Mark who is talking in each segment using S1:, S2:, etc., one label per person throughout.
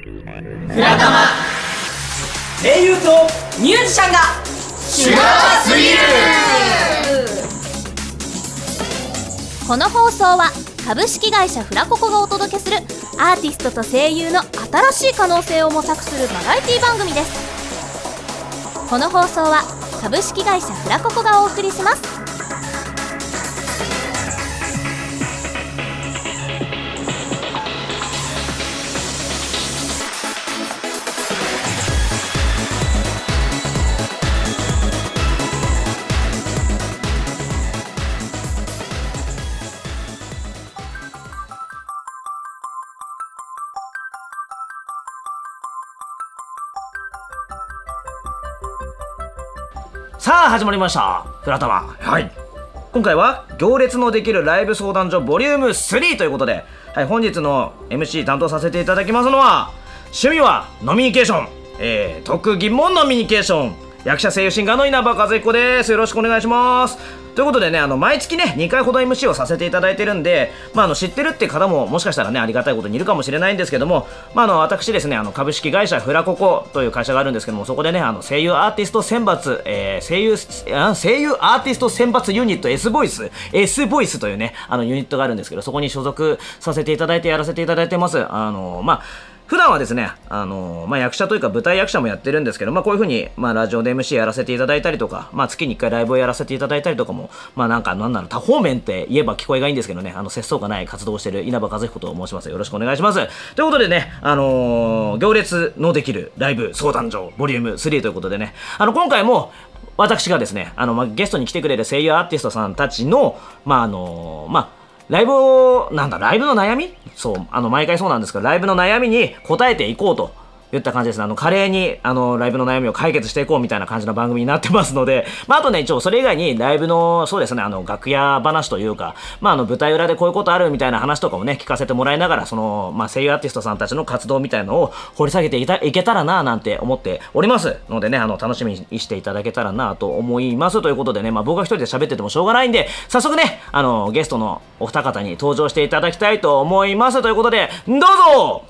S1: フラタマ
S2: 声優と
S1: ミュージシャンがシュガーすぎる
S3: この放送は株式会社フラココがお届けするアーティストと声優の新しい可能性を模索するバラエティ番組ですこの放送は株式会社フラココがお送りします
S2: さあ始まりましたフラタマ
S4: はい
S2: 今回は行列のできるライブ相談所ボリューム3ということで、はい、本日の MC 担当させていただきますのは趣味はノミニケーション、えー、特技もノミニケーション役者声優シンガーの稲葉和彦ですよろしくお願いしますということでねあの毎月ね2回ほど MC をさせていただいてるんで、まあ、あの知ってるって方ももしかしたらねありがたいことにいるかもしれないんですけども、まあ、あの私ですねあの株式会社フラココという会社があるんですけどもそこでねあの声優アーティスト選抜、えー声優あ声優アーティスト選抜ユニット S ボイス S ボイスというねあのユニットがあるんですけどそこに所属させていただいてやらせていただいてますあのまあ普段はですね、あのまあ、役者というか舞台役者もやってるんですけど、まあ、こういうふうに、まあ、ラジオで MC やらせていただいたりとか、まあ、月に1回ライブをやらせていただいたりとかも、まあ、なんか、なんなの、多方面って言えば聞こえがいいんですけどね、あの、節操がない活動をしている稲葉和彦と申します。よろしくお願いします。ということでね、あのー行列のできるライブ相談所、ボリューム3ということでね、あの、今回も、私がですね、あの、まあ、ゲストに来てくれる声優アーティストさんたちの、まあ、あのまあ、ライブを、なんだ、ライブの悩みそう、あの、毎回そうなんですけど、ライブの悩みに答えていこうと。言った感じですね。あの、華麗に、あの、ライブの悩みを解決していこうみたいな感じの番組になってますので、 まあ、あとね、一応、それ以外に、ライブの、そうですね、あの、楽屋話というか、まあ、あの、舞台裏でこういうことあるみたいな話とかもね、聞かせてもらいながら、その、まあ、声優アーティストさんたちの活動みたいのを掘り下げていたいけたらな、なんて思っておりますのでね、あの、楽しみにしていただけたらな、と思います。ということでね、まあ、僕が一人で喋っててもしょうがないんで、早速ね、あの、ゲストのお二方に登場していただきたいと思います。ということで、どうぞ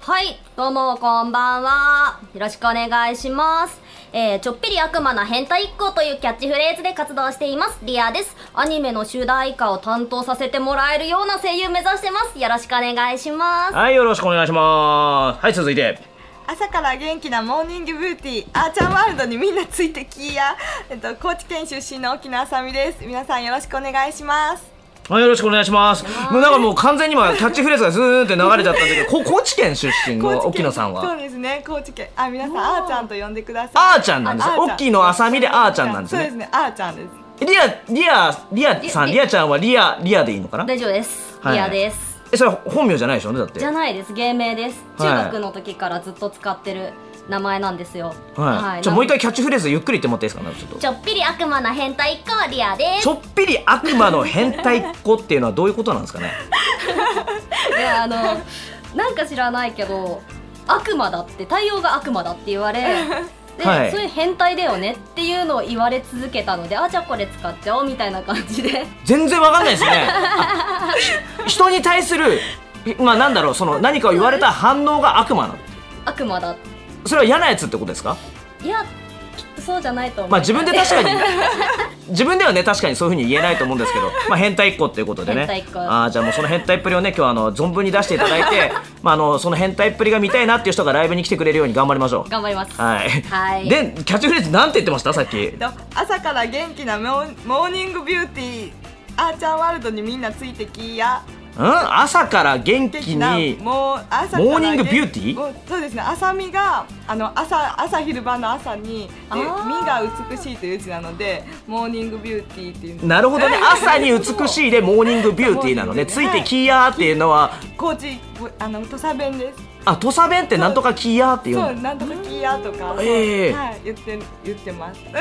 S5: はい、どうもこんばんは。よろしくお願いします。えー、ちょっぴり悪魔な変態一行というキャッチフレーズで活動しています。リアです。アニメの主題歌を担当させてもらえるような声優目指してます。よろしくお願いします。
S2: はい、よろしくお願いします。はい、続いて。
S6: 朝から元気なモーニングブーティーあーちゃんワールドにみんなついてきや、えっと、高知県出身の沖縄あさみです皆さんよろしくお願いします
S2: はい、よろしくお願いします。もうなんかもう完全に今、キャッチフレーズがずーって流れちゃったんだけど、こ 高知県出身の
S6: 高知
S2: 沖
S6: 県
S2: 野さん
S6: そう
S2: は。
S6: ですね高知県あ皆さんあーちゃんと呼んでください
S2: あーちゃんなんです
S6: あーちゃ
S2: 沖野あさみであーちゃんなんですね
S6: そうですねあーちゃんです
S2: リア、リア、リアさん、
S5: リ
S2: リアちゃんはリア、リアでいいのかな
S5: 大丈夫です。
S2: はい
S5: リアです。
S2: え、それは本名じゃないでしょうね、だって。
S5: じゃないです。芸名です。中
S2: はい
S5: 学の時からずっと使ってる名前なんですよ。
S2: はい。じゃあもう一回キャッチフレーズゆっくり言ってもらっていいですかね、ちょっと。
S5: ちょっぴり悪魔な変態一行リアです
S2: ち。ょっぴり悪魔の変態っ子っていうのはどういうことなんですかね。
S5: であのなんか知らないけど悪魔だって対応が悪魔だって言われで、
S2: はい
S5: そういう変態だよねっていうのを言われ続けたのであじゃあこれ使っちゃおうみたいな感じで
S2: 全然わかんないですねあひ人に対するいまあなんだろうその何かを言われた反応が悪魔なの
S5: 悪魔だ
S2: それは嫌なやつってことですか
S5: いやきっとそうじゃないと思う、
S2: まあ自分で確かに 自分ではね確かにそういうふうに言えないと思うんですけど、まあ、変態っ子っていうことでね
S5: 変態っ子
S2: あーじゃあもうその変態っぷりをね今日はあの存分に出していただいて、 まあ、あのその変態っぷりが見たいなっていう人がライブに来てくれるように頑張りましょう
S5: 頑張ります
S2: はい、
S5: はい
S2: でキャッチフレーズなんて言ってましたさっき
S6: えっと朝から元気なモーモーニングビューティーあーちゃんワールドにみんなついてきや
S2: うん朝から元
S6: 元
S2: 気
S6: 気な
S2: に
S6: もう朝から
S2: モーニングビューティー
S6: もうそうですね朝みがあの朝朝昼晩の朝にで
S5: あ
S6: み
S5: ー
S6: が美しいという字なのでモーニングビューティーっていう
S2: なるほど ね朝に美しいでモーニングビューティーなのねついてキーヤーっていうのは
S6: 高知あの土佐弁です
S2: あ土佐弁ってなんとかキーヤーっていう
S6: そう
S2: の
S6: なんとかキーやとか、
S2: ええ
S6: はい言って言ってます
S2: あ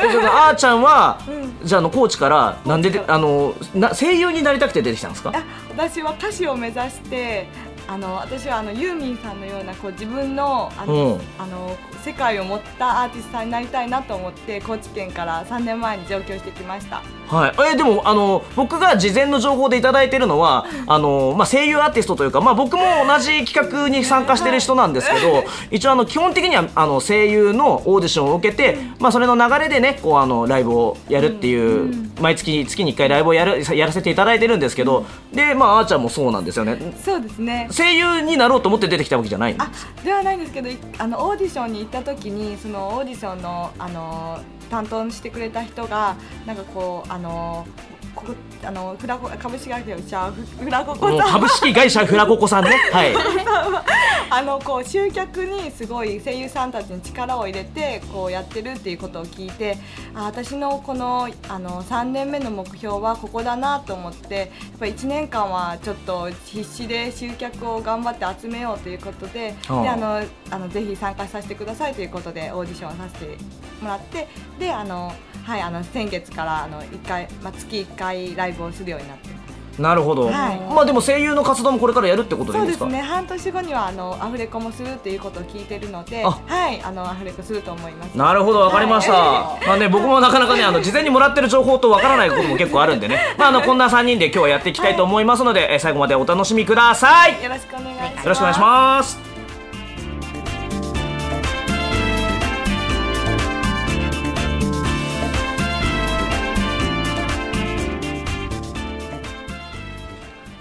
S2: ーちゃんは、
S6: う
S2: じゃああのコーチからなんでであのな声優になりたくて出てきたんですか
S6: あ私は歌手を目指してあの私はあのユーミンさんのようなこう自分のあの,、
S2: うん
S6: あの世界を持ったアーティストさんになりたいなと思って高知県から3年前に上京してきました
S2: はい、えーでもあの僕が事前の情報でいただいてるのはあの、まあ、声優アーティストというか、まあ、僕も同じ企画に参加してる人なんですけど一応あの基本的にはあの声優のオーディションを受けて、まあ、それの流れでねこうあのライブをやるっていう、毎月月に1回ライブをやるやらせていただいてるんですけど、で、まあ、あーちゃんもそうなんですよね
S6: そうですね
S2: 声優になろうと思って出てきたわけじゃないんで
S6: あではないんですけどいあのオーディションに行った時にそのオーディションのあの担当してくれた人がなんかこうあのここあのフラコ株式会社フラコ
S2: も
S6: コ
S2: う
S6: さん
S2: 株式会社フラココ さんねはい
S6: あのこう集客にすごい声優さんたちに力を入れてこうやってるっていうことを聞いてあ私のこのあの3年目の目標はここだなと思ってやっぱ1年間はちょっと必死で集客を頑張って集めようということでで
S2: ああ
S6: あのあのぜひ参加させてくださいということでオーディションをさせてもらってであの、はい、あの先月からあの1回、まあ、月1回ライブをするようになってます。
S2: なるほど、
S6: はい
S2: まあでも声優の活動もこれからやるってことでいいう
S6: そ
S2: で
S6: です
S2: か
S6: すね半年後にはあのアフレコもするっていうことを聞いてるので
S2: あ
S6: はいあのアフレコすると思います
S2: なるほど、わかりました。まあね、僕もなかなかね、あの事前にもらってる情報とわからないことも結構あるん でね。まあ、あのこんな三人で今日はやっていきたいと思いますので、えー最後までお楽しみください。よ
S6: よろしくお願いします
S2: ろしくお願いします。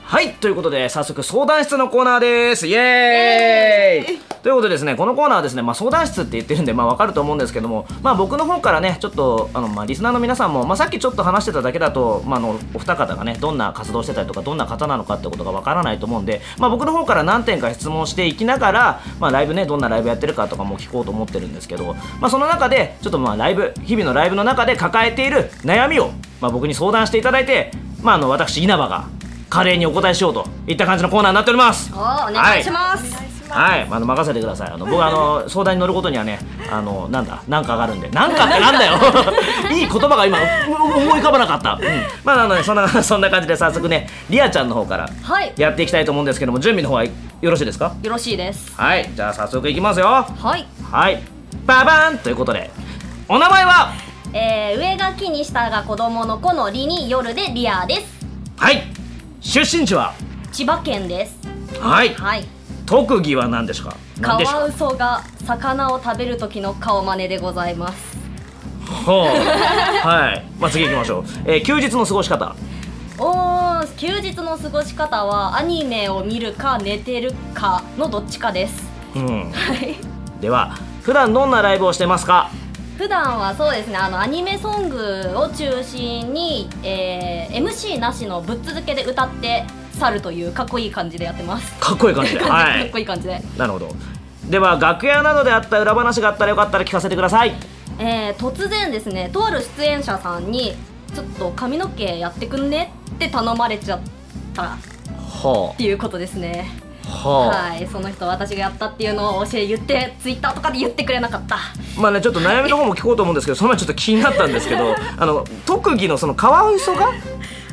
S2: はい、ということで、早速相談室のコーナーです。イエーイということでですね、このコーナーはですね、まあ、相談室って言ってるんで、まあ、わかると思うんですけども、まあ、僕の方からね、ちょっと、あの、まあ、リスナーの皆さんも、まあ、さっきちょっと話してただけだと、まあ、あの、お二方がね、どんな活動してたりとか、どんな方なのかってことがわからないと思うんで、まあ、僕の方から何点か質問していきながら、まあ、ライブね、どんなライブやってるかとかも聞こうと思ってるんですけど、まあ、その中で、ちょっとまあ、ライブ、日々のライブの中で抱えている悩みを、まあ、僕に相談していただいて、まあ、あの、私、稲葉が、華麗にお答えしようといった感じのコーナーになっております
S5: おーお願いします、
S2: はい、あの任せてください。あの僕あの相談に乗ることにはね、あのなんだ、なんかがあるんで、なんかってなんだよ。いい言葉が今うう思い浮かばなかった。うん、まああの、ね、そんな そんな感じで早速ね、リアちゃんの方から
S5: はい
S2: やっていきたいと思うんですけども、準備の方はよろしいですか？
S5: よろしいです
S2: はい、じゃあ早速いきますよ。は
S5: はい
S2: い、ババーンということで、お名前は
S5: えー、上が木に下が子供の子のりに夜でリアです
S2: はい、出身地は
S5: 千葉県です
S2: はい、
S5: はい
S2: 特技は何ですか？
S5: カ
S2: 何でしょう
S5: ワウソが魚を食べる時の顔真似でございます
S2: ほうはい、まあ、次行きましょう、えー休日の過ごし方
S5: おー休日の過ごし方はアニメを見るか寝てるかのどっちかです
S2: うん
S5: はい
S2: では普段どんなライブをしてますか
S5: 普段はそうですねあのアニメソングを中心に、えー MC なしのぶっ続けで歌って去るというかっこいい感じでやってます
S2: かっこいい感じでは
S5: かっ
S2: い
S5: こいい感じで、
S2: なるほどでは楽屋などであった裏話があったらよかったら聞かせてください
S5: えー突然ですねとある出演者さんに「ちょっと髪の毛やってくんね」って頼まれちゃったっ
S2: ほ
S5: ていうことですね
S2: うほう、
S5: はいその人私がやったっていうのを教え言ってツイッターとかで言ってくれなかった
S2: まあねちょっと悩みの方も聞こうと思うんですけどその前ちょっと気になったんですけ どあの特技のそのカワウソが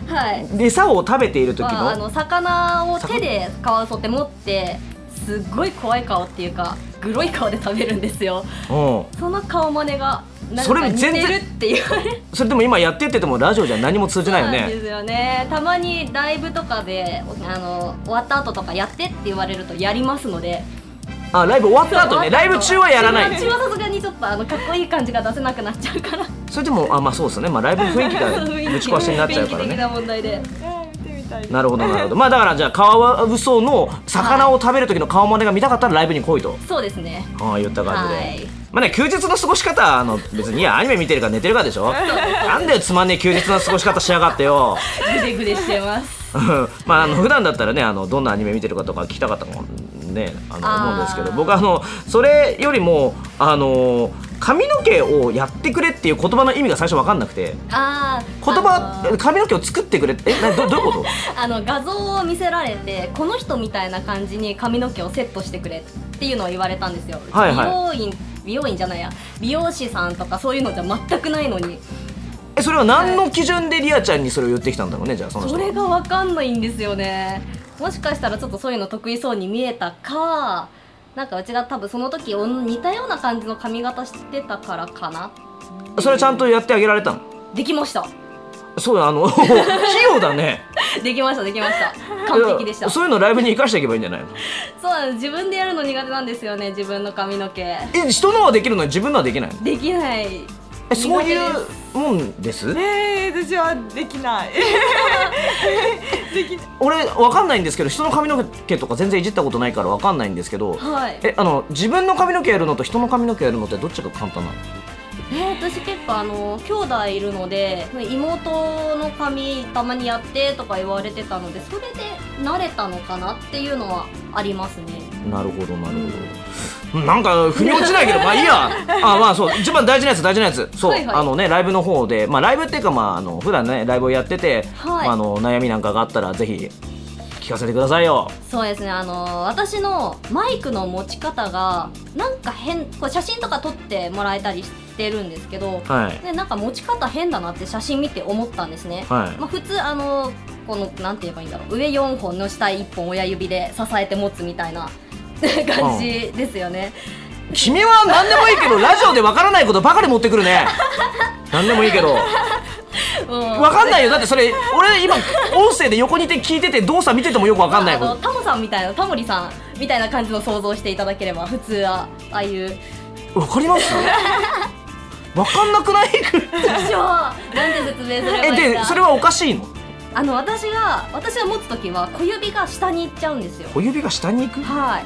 S5: はい
S2: 餌を食べている時
S5: まあ、あ
S2: の
S5: の魚を手でカワウソって持ってすっごい怖い顔っていうかグロい顔で食べるんですよ
S2: うん
S5: その顔真似がなん
S2: それ
S5: か
S2: も
S5: 似
S2: 全
S5: て
S2: 然
S5: るっていう
S2: それでも今やってっててもラジオじゃ何も通じないよ
S5: なん
S2: ね
S5: ですよねたまにライブとかであの終わった後とかやってって言われるとやりますので
S2: あライブ終わった後ね
S5: そう
S2: ライブ中はやらない
S5: ライブ中はさすがにちょっとあのかっこいい感じが出せなくなっちゃうから
S2: それでもあまあそうですねまあライブの 雰囲気がぶち壊しになっちゃうから
S5: 雰囲気的
S2: ね
S5: な問題で
S6: はい見てみたいです
S2: なるほどなるほどまあだからじゃあカワウソの魚を食べる時の顔真似が見たかったらライブに来いと
S5: そうですね
S2: ああ言った感じで、
S5: はい
S2: まあね休日の過ごし方はあの別にいやアニメ見てるか寝てるかでしょなんだよつまんねえ休日の過ごし方しやがってよ
S5: グデグデしてます
S2: まああの普段だったらねあのどんなアニメ見てるかとか聞きたかったもんねあの
S5: あー
S2: 思うんですけど僕はあのそれよりもあの髪の毛をやってくれっていう言葉の意味が最初分かんなくて
S5: ああ
S2: 言葉髪の毛を作ってくれってえなどどうい うこと
S5: あの画像を見せられてこの人みたいな感じに髪の毛をセットしてくれっていうのを言われたんですよ、
S2: はいは
S5: 美容院美容院じゃないや美容師さんとかそういうのじゃ全くないのに
S2: えそれは何の基準でリアちゃんにそれを言ってきたんだろうねじゃあその人
S5: それがわかんないんですよねもしかしたらちょっとそういうの得意そうに見えたかなんかうちが多分その時おん似たような感じの髪型してたからかな
S2: それちゃんとやってあげられたの
S5: できました
S2: そうだあの器用だね
S5: できましたできました完璧でし
S2: いや
S5: たそ
S2: そういうのライブに生かしていけばいいんじゃないの
S5: うなんです自分でやるの苦手なんですよね自分の髪の毛
S2: え人のはできるのに自分のはできないの
S5: できない
S2: えそうい
S5: 苦
S2: うもんです
S6: えー、私はできない。
S2: 俺わかんないんですけど人の髪の毛とか全然いじったことないからわかんないんですけど
S5: はい
S2: えあの自分の髪の毛やるのと人の髪の毛やるのってどっちが簡単なの
S5: えー私結構あの兄弟いるので妹の髪たまにやってとか言われてたのでそれで慣れたのかなっていうのはありますね
S2: なるほどなるほどなんか腑に落ちないけどまあいい やあまあそう一番大事なやつ大事なやつそう、
S5: はいはい
S2: あのねライブの方でまあライブっていうかまああの普段ねライブをやってて、
S5: はい
S2: まあ、あの悩みなんかがあったらぜひ聞かせてくださいよ
S5: そうですねあの私のマイクの持ち方がなんか変こう写真とか撮ってもらえたりしてるんですけど
S2: はい
S5: でなんか持ち方変だなって写真見て思ったんですね、
S2: はい
S5: まあ、普通あのこのなんて言えばいいんだろう上4本の下1本親指で支えて持つみたいな 感じですよね、
S2: 君は何でもいいけどラジオでわからないことばかり持ってくるね何でもいいけど
S5: うん
S2: わかんないよだってそれ俺今音声で横にいて聞いてて動作見ててもよくわかんない
S5: あ
S2: こ
S5: の
S2: と
S5: タモさんみたいなタモリさんみたいな感じの想像していただければ普通はああいう
S2: わかり ますわかんなくない
S5: 私はなんて説明すればいい
S2: え
S5: んだ
S2: でそれはおかしいの
S5: あの私が私が持つ時は小指が下に行っちゃうんですよ
S2: 小指が下に行く
S5: はい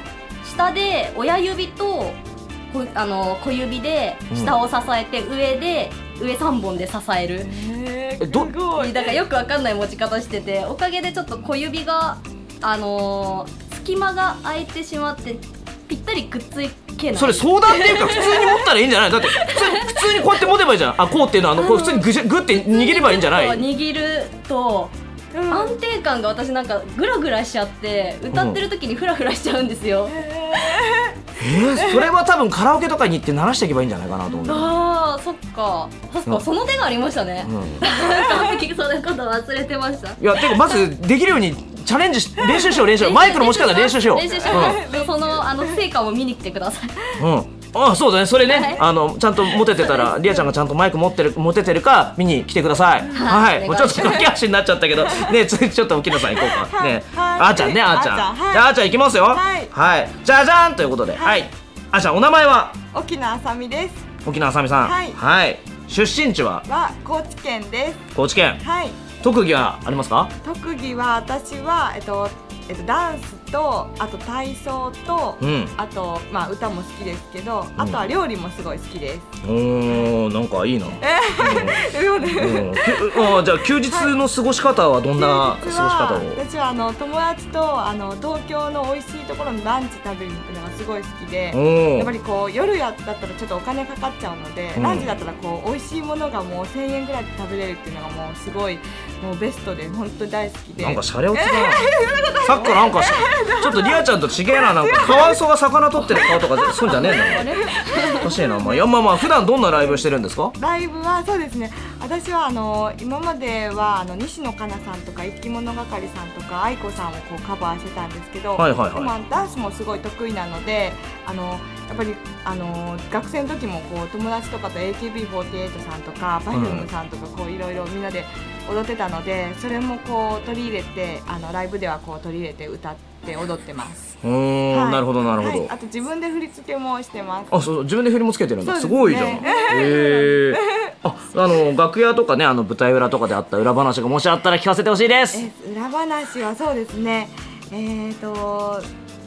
S5: 下で親指とこあの小指で下を支えて、上で上3本で支える
S6: え
S2: え
S6: ー、す
S2: ど
S6: ごい。
S5: だからよくわかんない持ち方してておかげでちょっと小指があのー隙間が空いてしまってぴったりくっつけない
S2: それ相談っていうか普通に持ったらいいんじゃないだって普通に普通にこうやって持てばいいじゃんあこうっていうのはあのこう普通にぐしゃグッて握ればいいんじゃない
S5: こう握ると
S6: うん
S5: 安定感が私なんかグラグラしちゃって歌ってる時にフラフラしちゃうんですよ、
S2: えーそれは多分カラオケとかに行って鳴らしていけばいいんじゃないかなと思うんだよ
S5: あーそっかそっか、
S2: うん
S5: その手がありましたね、
S2: うん
S5: 完璧そんなこと忘れてました
S2: いやてかまずできるようにチャレンジし練習し よう練習マイクの持ち方練習しよう
S5: 練習しよう、そのあの成果を見に来てください
S2: うん、うんあそうだねそれね、
S5: はい
S2: あのちゃんと持ててたらリアちゃんがちゃんとマイク持ってる持ててるか見に来てくださいはい、
S5: い
S2: もう
S5: お
S2: ちょっと
S5: 願いし
S2: 駆け足になっちゃったけどね つちょっと沖野さん行こうかね
S6: はい
S2: あーちゃんねあーちゃん
S6: あーちゃんはい
S2: じゃああーちゃん行きますよ
S6: はい
S2: はいじゃじゃーんということでは
S6: はい
S2: い、あーちゃんお名前は
S6: 沖縄あさみです。
S2: 沖野あさみさん
S6: はい
S2: 出身地は
S6: は高知県です。
S2: 高知県
S6: はい。
S2: 特技はありますか
S6: 特技は私はえっとえっとダンスとあと体操と、
S2: うん
S6: あとまあ歌も好きですけど、あとは料理もすごい好 きです。
S2: おーなんかいいな、
S6: 料理。
S2: うんうんきゅあーじゃあ休日の過ごし方はどんな過ごし方を
S6: 私はあの友達とあの東京の美味しいところのランチ食べに行くのがすごい好きで
S2: お。ー
S6: やっぱりこう夜やだったらちょっとお金かかっちゃうので、
S2: うん
S6: ランチだったらこう美味しいものがもう1000円ぐらいで食べれるっていうのがもうすごいもうベストで本当に大好きで
S2: なんかシャレオツだ な、さっきなんかしちょっとリアちゃんと違えななんかカワウソが魚取ってる顔とかそうじゃねえんだ おかしいな、まあ、いやまあまあ普段どんなライブしてるんですか
S6: ライブはそうですね私はあの今まではあの西野カナさんとか生き物係さんとか愛子さんをこうカバーしてたんですけど、
S2: はいはいはい
S6: でもあのダンスもすごい得意なのであのやっぱりあの学生の時もこう友達とかと AKB48 さんとか Perfume さんとかこういろいろみんなで踊ってたのでそれもこう取り入れてあのライブではこう取り入れて歌って踊ってます。
S2: うーん、
S6: はい
S2: なるほどなるほど、
S6: はいあと自分で振り付けもしてます。
S2: あそうそう自分で振りもつけてるんだす,、
S6: そうですね
S2: ご いじゃんへえああの楽屋とかねあの舞台裏とかであった裏話がもしあったら聞かせてほしいです
S6: え裏話はそうですねえー、と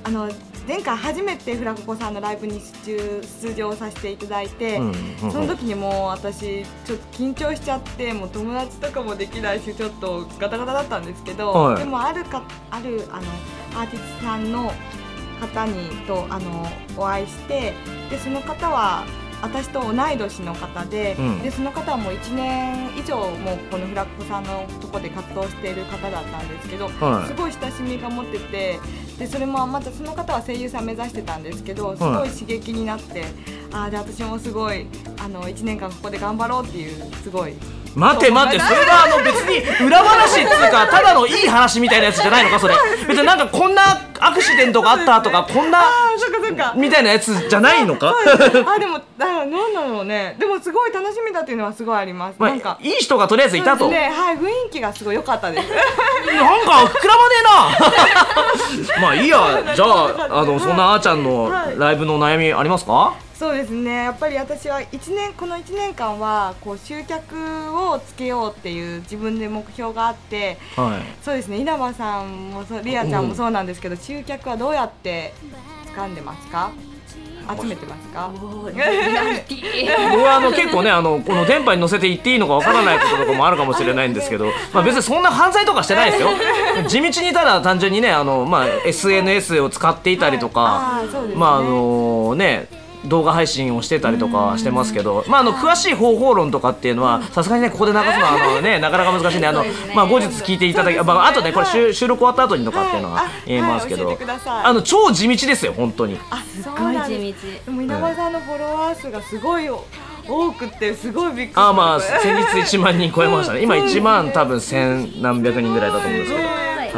S6: あの前回初めてフラココさんのライブに出出場させていただいて、
S2: うんうんうん
S6: その時にもう私ちょっと緊張しちゃってもう友達とかもできないしちょっとガタガタだったんですけど、
S2: はい
S6: でもあるかあるあのアーティストさんの方にとあのお会いしてでその方は私と同い年の方で,、
S2: うん
S6: でその方はもう1年以上もうこのフラッコさんのとこで活動している方だったんですけど、
S2: はい
S6: すごい親しみが持っててでそれもまたその方は声優さん目指してたんですけどすごい刺激になって、ああで私もすごいあの1年間ここで頑張ろうっていうすごい
S2: 待て待てそれはあの別に裏話っつう かただのいい話みたいなやつじゃないのかそれ別になんかこんなアクシデントがあったとかこんな
S6: あーそっかそっ か
S2: みたいなやつじゃないのか
S6: そうですねあでもあなんだろうねでもすごい楽しみだっていうのはすごいあります、
S2: ま
S6: なん
S2: あ
S6: か、
S2: いい人がとりあえずいた
S6: そ
S2: と、
S6: うですねはい雰囲気がすごい良かったです
S2: なんか膨らま ねえなまあいいやじゃああのそんなあーちゃんのライブの悩みありますか
S6: そうですねやっぱり私は一年この1年間はこう集客をつけようっていう自分で目標があって
S2: はい
S6: そうですね稲葉さんもそうリアちゃんもそうなんですけど集客はどうやって掴んでますか集めてますか
S2: 僕はあの結構ねあのこの電波に乗せて言っていいのかわからないこととかもあるかもしれないんですけど、まあ、別にそんな犯罪とかしてないですよ地道にただ単純にねあの、まあ、SNS を使っていたりとか、
S6: あーそうですね
S2: まああのね動画配信をしてたりとかしてますけど、まあ、あの詳しい方法論とかっていうのはさすがにねここで流すのはあの、ね、なかなか難 しいんであの、まあ、後日聞いていただき、まあ、あとねこれ収収録終わった後にとかっていうのは
S6: はい
S2: 言えますけど、
S6: はい教えてください
S2: あの超地道ですよ本当に。
S6: あそうなんです
S5: 地道
S6: でも稲葉さんのフォロワー数がすごいお多くてすごいびっくりし
S2: あー まあ
S6: すごい
S2: 先日1万人超えましたね今1万多分千何百人ぐらいだと思うんですけど、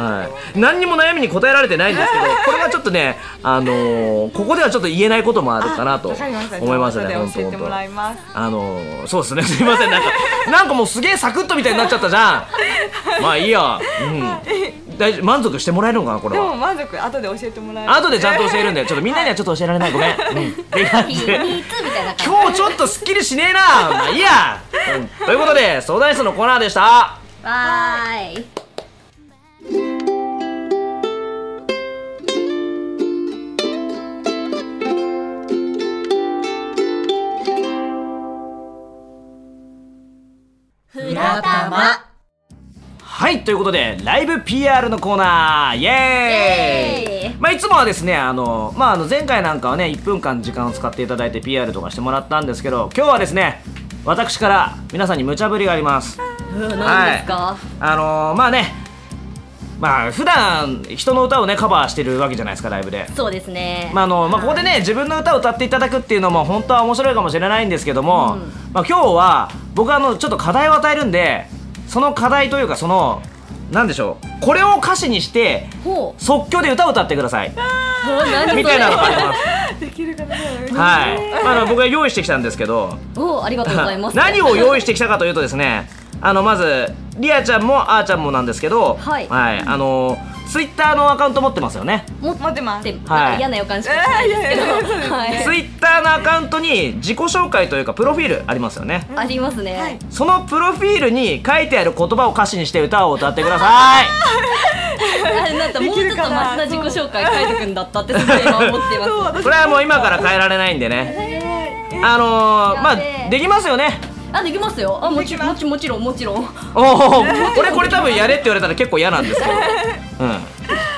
S2: はい、何にも悩みに答えられてないん ですけどこれはちょっとね、あのーここではちょっと言えないこともあるかなと
S6: わ
S2: 思
S6: かりました
S2: いますね
S6: じゃあ
S2: 本
S6: 後
S2: 当
S6: で教えて
S2: 本
S6: もらい
S2: 当
S6: ます
S2: あのーそうですねすいませんなんかなんかもうすげえサクッとみたいになっちゃったじゃ んまあいいや、うん、大丈夫満足してもらえるのかなこれ
S6: でも
S2: は。
S6: 満足後で教えてもらえます
S2: 後でちゃんと教えるんでちょっとみんなにはちょっと教えられないごめん、うん、って感じで
S5: みたいな感
S2: 今日ちょっとすっきりしねえなまあいいや、うんということで相談室のコーナーでした
S5: じわーい
S1: ふらたま
S2: はいということでライブ PR のコーナーイエーイ
S5: イエーイ
S2: まあ、いつもはですねあの、まあ、あの前回なんかはね1分間時間を使っていただいて PR とかしてもらったんですけど今日はですね私から皆さんに無茶ぶりがあります
S5: 何ですか
S2: あのー、まあねまあ普段人の歌をねカバーしてるわけじゃないですかライブで
S5: そうですね
S2: まああのまあ、ここでね自分の歌を歌っていただくっていうのも本当は面白いかもしれないんですけども、まあ、今日は僕あのちょっと課題を与えるんでその課題というかそのなんでしょうこれを歌詞にして
S5: ほう
S2: 即興で歌を歌ってください
S5: ほう何そ
S2: み
S5: れ
S2: たいなのがあります。
S6: できるかな
S2: はい、まああの僕が用意してきたんですけど
S5: おーありがとうございます
S2: 何を用意してきたかというとですねあのまずリアちゃんもあーちゃんもなんですけど、
S5: はい
S2: あのツイッターのアカウント持ってますよね
S5: 持っ
S6: 持ってます
S5: てなん
S2: は
S5: か
S2: い
S5: 嫌な予感しかしないですけど
S6: いやいやいやそうですね
S5: はい
S2: ツイッターのアカウントに自己紹介というかプロフィールありますよね
S5: ありますね、
S6: はい
S2: そのプロフィールに書いてある言葉を歌詞にして歌を歌ってください。
S5: あなんかもうちょっと増田自己紹介書いてくんだったってすごい今思ってます
S6: そう私
S2: これはもう今から変えられないんでね。あのー、ま
S5: やべ
S2: あ
S5: え
S2: できますよね。
S5: あできますよあもちもちもちろんもちろん
S2: おお、これこれ多分やれって言われたら結構嫌なんですけ ど。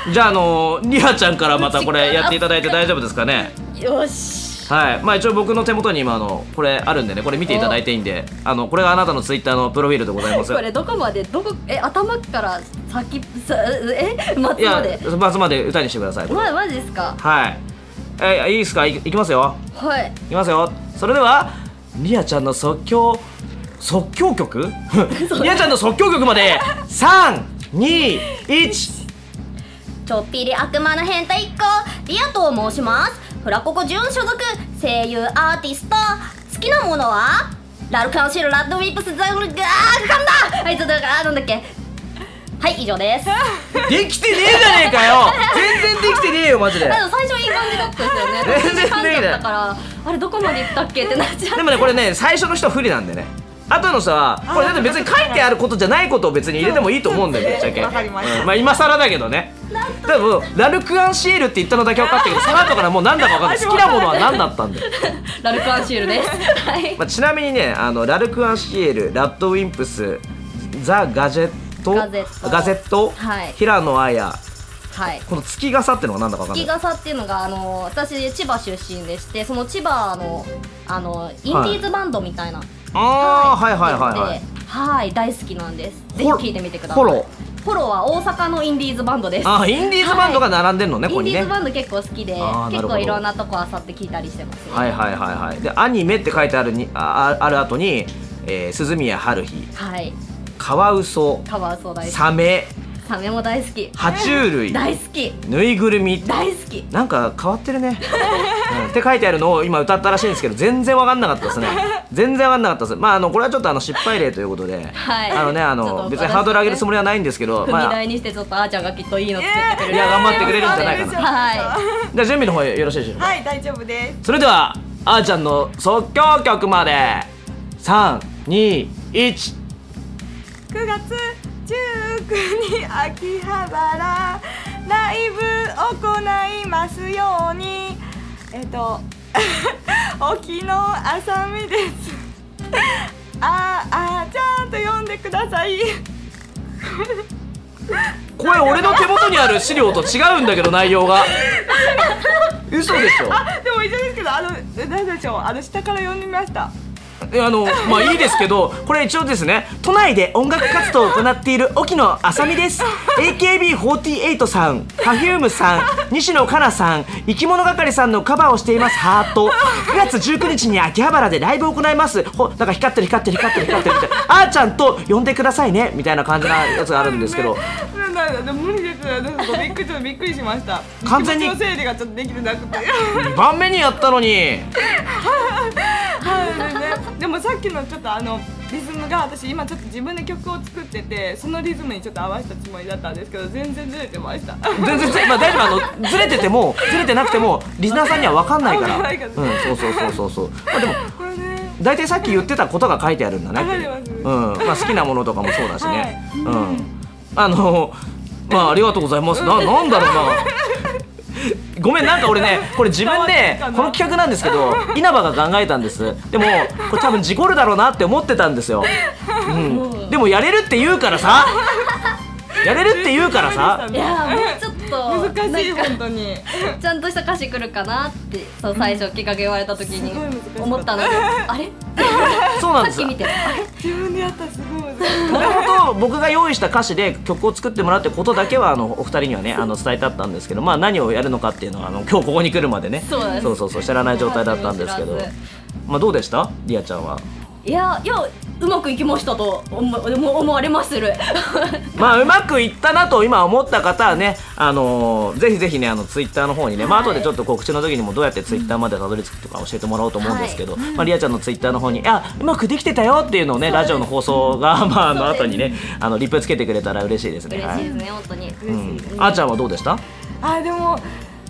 S2: うん。じゃああのー、リアちゃんからまたこれやっていただいて大丈夫ですか ね。
S5: よし
S2: はい。まあ一応僕の手元に今あのこれあるんでね、これ見ていただいていいんで、あのこれがあなたのツイッターのプロフィールでございます。
S5: これどこまでどこえ頭から先さえ松
S2: い
S5: ま
S2: や
S5: で、
S2: まずまで歌にしてください。これ
S5: まマジですか
S2: はい。えいいですか。いいきますよ。
S5: はい
S2: いきますよそれではリアちゃんの即興即興曲リアちゃんの即興曲まで321
S5: ちょっぴり悪魔の変態一個リアと申しますフラココ純所属声優アーティスト好きなものはラルカンシールラッドウィップスザグルガーガンだあいつだからなんだっけはい以上ですで
S2: できてねえじゃねえかよ全然できてねえよマジで
S5: も最初いい感じだったですよ
S2: 全
S5: ね
S2: 然
S5: 感じだったからあれどこまで行ったっけってなっちゃ
S2: で
S5: う
S2: もねこれね最初の人不利なんでね後の人はこれだって別に書いてあることじゃないことを別に入れてもいいと思うんだよぶっちゃけ、
S6: わかりました
S2: うんまあ今更だけどね多分ラルクアンシエルって言ったのだけ分かったけどその後からもう何だか分かんない好きなものは何だったんだよ
S5: ラルカンシールですはい
S2: まあ、ちなみにねあのラルク・アンシエルラッドウィンプスザ・ガジェット
S5: ガゼット
S2: ガゼット
S5: はい
S2: 平野綾
S5: はい
S2: この月傘ってのがなんだかわかんな
S5: 月
S2: い
S5: 傘っていうのがあの私千葉出身でしてその千葉のあのインディーズバンドみたいな、
S2: ああはいはいはいはい
S5: ではい大好きなんですぜひ
S2: ほろ
S5: 聞いてみてください
S2: ホロ
S5: ホロは大阪のインディーズバンドです
S2: あーインディーズバンドが並んでるのね、
S5: イ
S2: ここ
S5: ンデ
S2: に
S5: ィー
S2: ね
S5: ズバンド結構好きで
S2: あーなるほ
S5: 結
S2: ど
S5: 構いろんなとこあさって聞いたりしてますね
S2: はいはいはいはいでアニメって書いてあるにああある後にえー、鈴宮春日
S5: はい
S2: カワウソ
S5: カワウソ大好き
S2: サメ
S5: サメも大好き
S2: 爬虫類
S5: 大好き
S2: ぬいぐるみ
S5: 大好き
S2: なんか変わってるね、うんって書いてあるのを今歌ったらしいんですけど全然わかんなかったですね全然わかんなかったですまああのこれはちょっとあの失敗例ということで、
S5: はい
S2: あのねあ
S5: ちょっ
S2: の
S5: と
S2: 別にハードル上げるつもりはないんですけど、
S5: 踏み
S2: まあ
S5: 台にしてちょっとあーちゃんがきっといいの作ってくれる
S2: いや頑張ってくれるんじゃないかな
S6: え
S2: じ
S6: ー
S2: ゃ
S5: は
S2: あ準備の方よろしいでしょうか
S6: はい、大丈夫です。
S2: それではあーちゃんの即興曲まで321
S6: 9月19日秋葉原ライブ行いますようにえっと 沖のあさみですああちゃんと読んでください
S2: 声俺の手元にある資料と違うんだけど内容が嘘でしょ
S6: でも一緒ですけどあの何でしょうあの下から読んでみました
S2: えあのまあいいですけどこれ一応ですね都内で音楽活動を行っている沖野あさみです AKB48 さん Perfume さん西野カナさん生き物係さんのカバーをしていますハート9月19日に秋葉原でライブを行いますほなんか光ってる光ってる光ってる光ってるみたいなあーちゃんと呼んでくださいねみたいな感じなやつがあるんですけど
S6: な なな無理ですなんかびっくりちょっとびっくりしました
S2: 完全に
S6: 気持ちの整理がちょっとできてなくて
S2: 2番目にやったのに
S6: はいねでもさっきのちょっとあのリズムが私今ちょっと自分で曲を作っててそのリズムにちょっと合わせたつもりだったんですけど全然ずれてました
S2: 全然ずれ、まあ、大丈夫あのずれててもずれてなくてもリスナーさんには分かんないから
S6: 分
S2: う
S6: かんなんいから
S2: そうそうそうそうそうまあでも
S6: これね
S2: 大体さっき言ってたことが書いてあるんだね
S6: 書いてます
S2: うんまあ、好きなものとかもそうだしね、うんあのまあありがとうございますななんだろうなごめんなんか俺ねこれ自分で
S6: 伝わってきたな
S2: この企画なんですけど稲葉が考えたんですでもこれ多分事故るだろうなって思ってたんですよ、うん、でもやれるって言うからさやれるって言うから さ
S5: いいやもうちょっと
S6: 難し
S5: な
S6: い
S5: んか
S6: 本当に
S5: ちゃんとした歌詞来るかなってそう最初きっかけ言われた時に
S6: ごい難しかった
S5: 思ったのであれ
S2: そうなんで
S5: さ
S2: す
S5: っ
S2: よ
S5: き見てあれ
S6: 自分でやったらすごい難しい
S2: もともと僕が用意した歌詞で曲を作ってもらうってことだけはあのお二人には ねあの伝えてあったんですけど、まあ、何をやるのかっていうのはあの今日ここに来るまでね
S5: そうなんです
S2: そうそうそう知らない状態だったんですけど
S5: 知らず、
S2: まあ、どうでしたリアちゃんは。
S5: いやいやうまくいきましたと思思思われまする
S2: まあうまくいったなと今思った方はね、あのーぜひぜひねあのツイッターの方にね、まあ後でちょっと告知の時にもどうやってツイッターまでたどり着くとか教えてもらおうと思うんですけど、まあリアちゃんのツイッターの方にあうまくできてたよっていうのをねラジオの放送が、まああの後にねあのリプつけてくれたら嬉しいですね。
S5: 嬉
S2: は
S5: しい
S2: い
S5: ですね本当に
S2: うん、あーちゃんはどうでした？
S6: あでも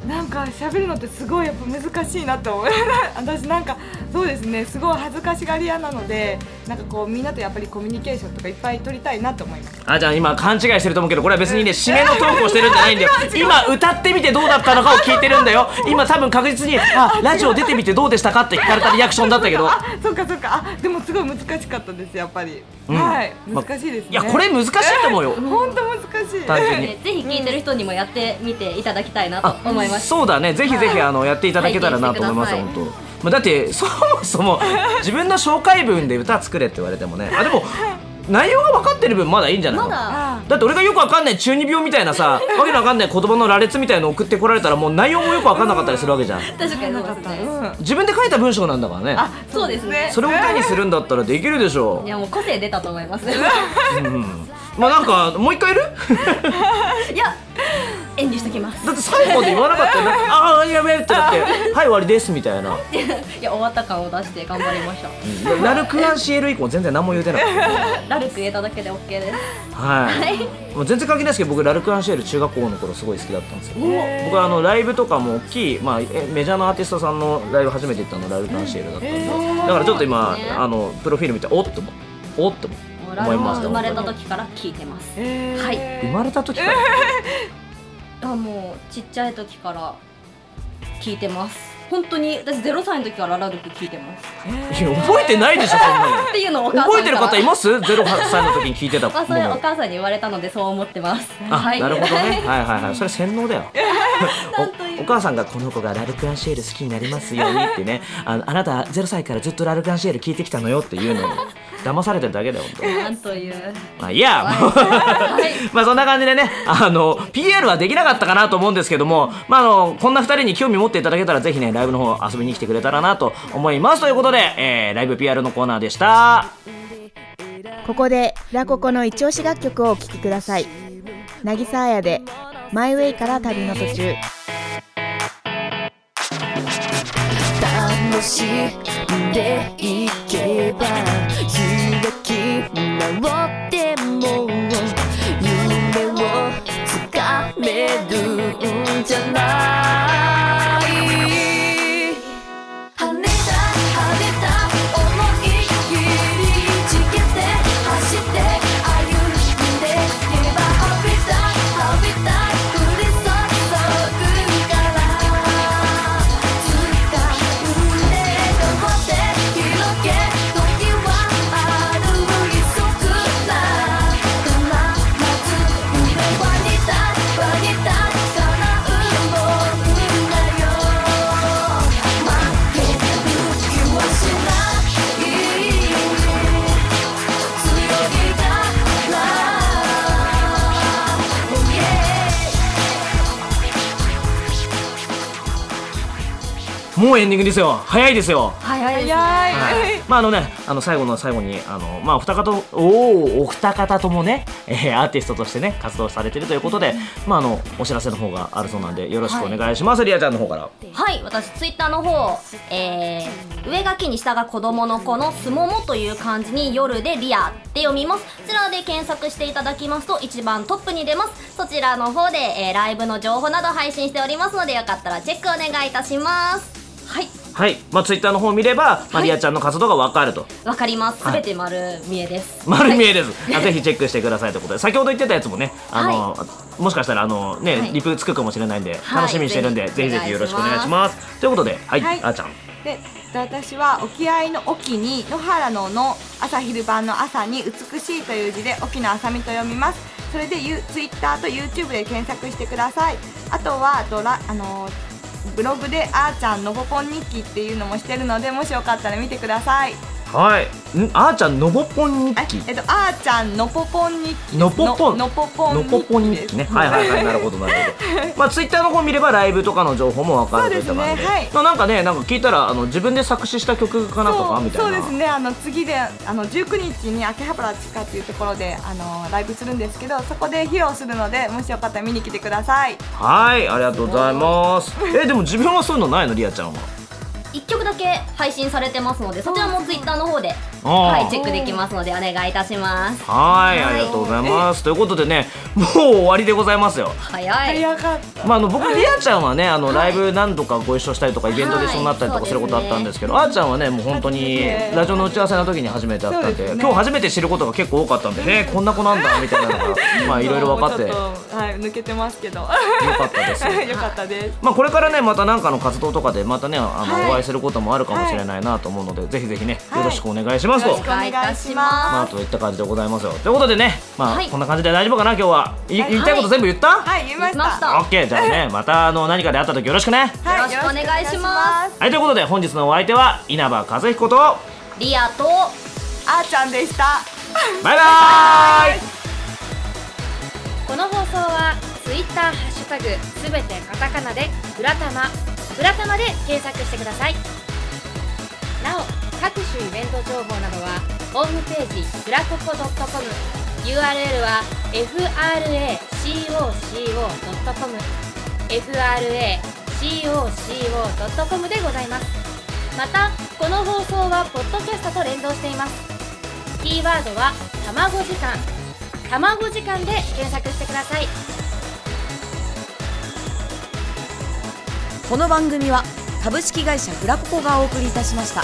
S6: なんか喋るのってすごいやっぱ難しいなと思う 私なんかそうですねすごい恥ずかしがり屋なのでなんかこうみんなとやっぱりコミュニケーションとかいっぱい取りたいなと思います
S2: あーちゃん今勘違いしてると思うけどこれは別にね締めのトークをしてるんじゃないんだよ今歌ってみてどうだったのかを聞いてるんだよ今多分確実に あラジオ出てみてどうでしたかって聞かれたリアクションだったけど
S6: あそっかそっかあでもすごい難しかったですやっぱり、
S2: うん
S6: はい
S2: ま
S6: 難しいですね、
S2: いやこれ難しいと思うよ
S6: 本当難しい
S2: 単純に
S5: ねぜひ聞いてる人にもやってみていただきたいな
S2: あ
S5: と思います
S2: そうだねぜひぜひあのやっていただけたらなと思います
S5: 体験
S2: 本
S5: し
S2: 当まあだってそもそも自分の紹介文で歌作れって言われてもねあでも内容が分かってる分まだいいんじゃない
S5: ま
S2: の
S5: だ
S6: あ
S2: だって俺がよくわかんない中二病みたいな さわけのわかんない言葉の羅列みたいの送ってこられたらもう内容もよくわかんなかったりするわけ じゃん
S5: 確かにそうです
S6: う
S5: ね
S6: ん
S2: 自分で書いた文章なんだからね
S5: そうですね
S2: それを歌にするんだったらできるでしょ
S5: いやもう個性出たと思いますいう
S2: まあなんかもう一回いる
S5: や演技しときます
S2: だって最後まで言わなかった よねああやべえってな ってはい終わりですみたいない
S5: や終わった感を出して頑張りましょ う
S2: ナルクアンシエル以降全然何も言うてなかった
S5: ラルク言えただけで OK です
S2: はい、もう全然関係ないですけど僕ラルク・アンシェル中学校の頃すごい好きだったんですよ僕はあのライブとかも大きい、まあ、えメジャーのアーティストさんのライブ初めて行ったのラルク・アンシェルだったんで、だからちょっと今、
S5: そうですね
S2: あのプロフィール見ておっともおっとも
S5: もうラ
S2: 思い
S5: ルク
S2: ま
S5: は
S2: した
S5: 生まれた時から聞いてます
S6: えー
S5: はい
S2: 生まれた時から
S5: あもうちっちゃい時から聞いてます本当に私0歳の時からラルク聞いてます
S2: いや覚えてないでしょそんな
S5: っていうのを お
S2: の
S5: 母さん
S2: 覚えてる方い
S5: す
S2: ます ?08 歳の時に聞いてたも
S5: お母さんお
S2: の
S5: 母さんに言われたのでそう思ってます
S2: あ、
S5: はい
S2: なるほどねはいはいはいそれ洗脳だよ
S5: なんという
S2: おお母さんがこの子がラルク・アンシェル好きになりますようにってねあのあなた0歳からずっとラルク・アンシェル聞いてきたのよっていうのに騙されてるだけだよ本当
S5: なんという
S2: まあいいや、
S5: はい
S2: まあそんな感じでね、あの、PR はできなかったかなと思うんですけども、まああの、こんな二人に興味持っていただけたら、ぜひね、ライブの方遊びに来てくれたらなと思います。ということで、えー、ライブ PR のコーナーでした。
S4: ここでフラココの一押し楽曲をお聴きください渚彩で「マイ・ウェイ」から旅の途中
S7: 楽しんでいけば開き直っても夢をつかめるんじゃない跳ねた跳ねた思い切りちけて走って歩んでけば飛びた飛びた降り注ぐから掴んで登って広げ時はあっという間に過ぎ去る急ぐな止まらず夢はにたわにた叶うもんだよ負ける気はしない強いから Yeah
S2: もうエンディングですよ早いですよ
S5: 早いです
S6: 早い。
S2: まああのね、あの最後の最後にあのまあお二方とおおお二方ともね、えーアーティストとしてね活動されてるということで、まああのお知らせの方があるそうなんでよろしくお願いします、リアちゃんの方から。
S5: はい、私ツイッターの方、えー、上書きに下が子供の子のすももという漢字に夜でリアって読みます。こちらで検索していただきますと一番トップに出ます。そちらの方で、えーライブの情報など配信しておりますのでよかったらチェックお願いいたします。はい、
S2: はい、まあツイッターの方を見れば、まあ、
S5: はい
S2: リアちゃんの活動がわかると。
S5: わかります。す
S2: はい
S5: べて丸見えです。
S2: 丸見え
S5: で
S2: です、あぜひチェックしてくださいということで先ほど言ってたやつもねあの、もしかしたらあのね、
S5: はい
S2: リプつくかもしれないんで、
S5: い
S2: 楽しみにしてるんでぜ
S5: ぜ
S2: ひ
S5: ひ
S2: ぜひよろしくお願いしますということではい、
S6: はい
S2: あーちゃん
S6: で、私は沖合の沖に野原のの朝昼晩の朝に美しいという字で沖のあさみと読みます。それでゆツイッターと YouTube で検索してください。あとはドラあのブログであーちゃんのぼこん日記っていうのもしてるのでもしよかったら見てください。
S2: はいんあーちゃんのぼぽん
S6: あ
S2: 日記
S6: えっと、あーちゃんのぽぽん日記
S2: のぽぽん
S6: のぽぽん
S2: のぽぽん日記ねはいはいはいなるほどなるほどまあツイッターの方見ればライブとかの情報もわかるといった感じで
S6: そうですねはい
S2: まあなんかねなんか聞いたらあの自分で作詞した曲かなとかみたいな
S6: そうそうですねあの次であの19日に秋葉原地下っていうところであのライブするんですけどそこで披露するのでもしよかったら見に来てください
S2: はいありがとうございますえでも自分はそういうのないのリアちゃんは
S5: 一曲だけ配信されてますので、そちらもツイッターの方で、
S2: ああ
S5: はい、チェックできますのでお願いいたします。
S2: はい、ありがとうございます。ということでね、もう終わりでございますよ。
S5: 早い。
S6: 早かった
S2: まあ、あの僕、リアちゃんはね、あのライブ何度かご一緒したりとか、イベントでそうなったりとかすることあったんですけど、あーちゃんはね、もう本当にラジオの打ち合わせの時に初めて会ったんで
S6: そうで、すね
S2: 今日初めて知ることが結構多かったんでね、こんな子なん だみたいなのが、まあいろいろ分かって、
S6: ちょ
S2: よか
S6: とはい抜けてますけどよ
S2: った です。
S6: かったです
S2: まあこれからねまた何かの活動とかでまたねあの、
S6: はい
S2: お会いすることもあるかもしれないなと思うので、ぜひぜひねよろしくお願いしますと、
S6: よろしくお願いします
S2: まあといった感じでございますよということでねまあ、
S5: はい
S2: こんな感じで大丈夫かな今日はい
S6: はい
S2: 言いたいこと全部言った、
S6: はい言いまし
S5: 言いましたた
S2: オッケーじゃあねまたあの何かで会った時よろしくね
S6: は
S5: よろしくお願いします
S2: はいということで本日のお相手は稲葉和彦とバ
S5: リアと、
S6: あーちゃんでした
S2: イバーイ
S1: この放送はツイッターハッシュタグすべてカタカナでフラタマフラタマで検索してくださいなお各種イベント情報などはホームページフラココ .com URL は fracoco.com fracoco.com でございますまたこの放送はポッドキャストと連動していますキーワードは卵時間卵時間で検索してください
S8: この番組は株式会社フラココがお送りいたしました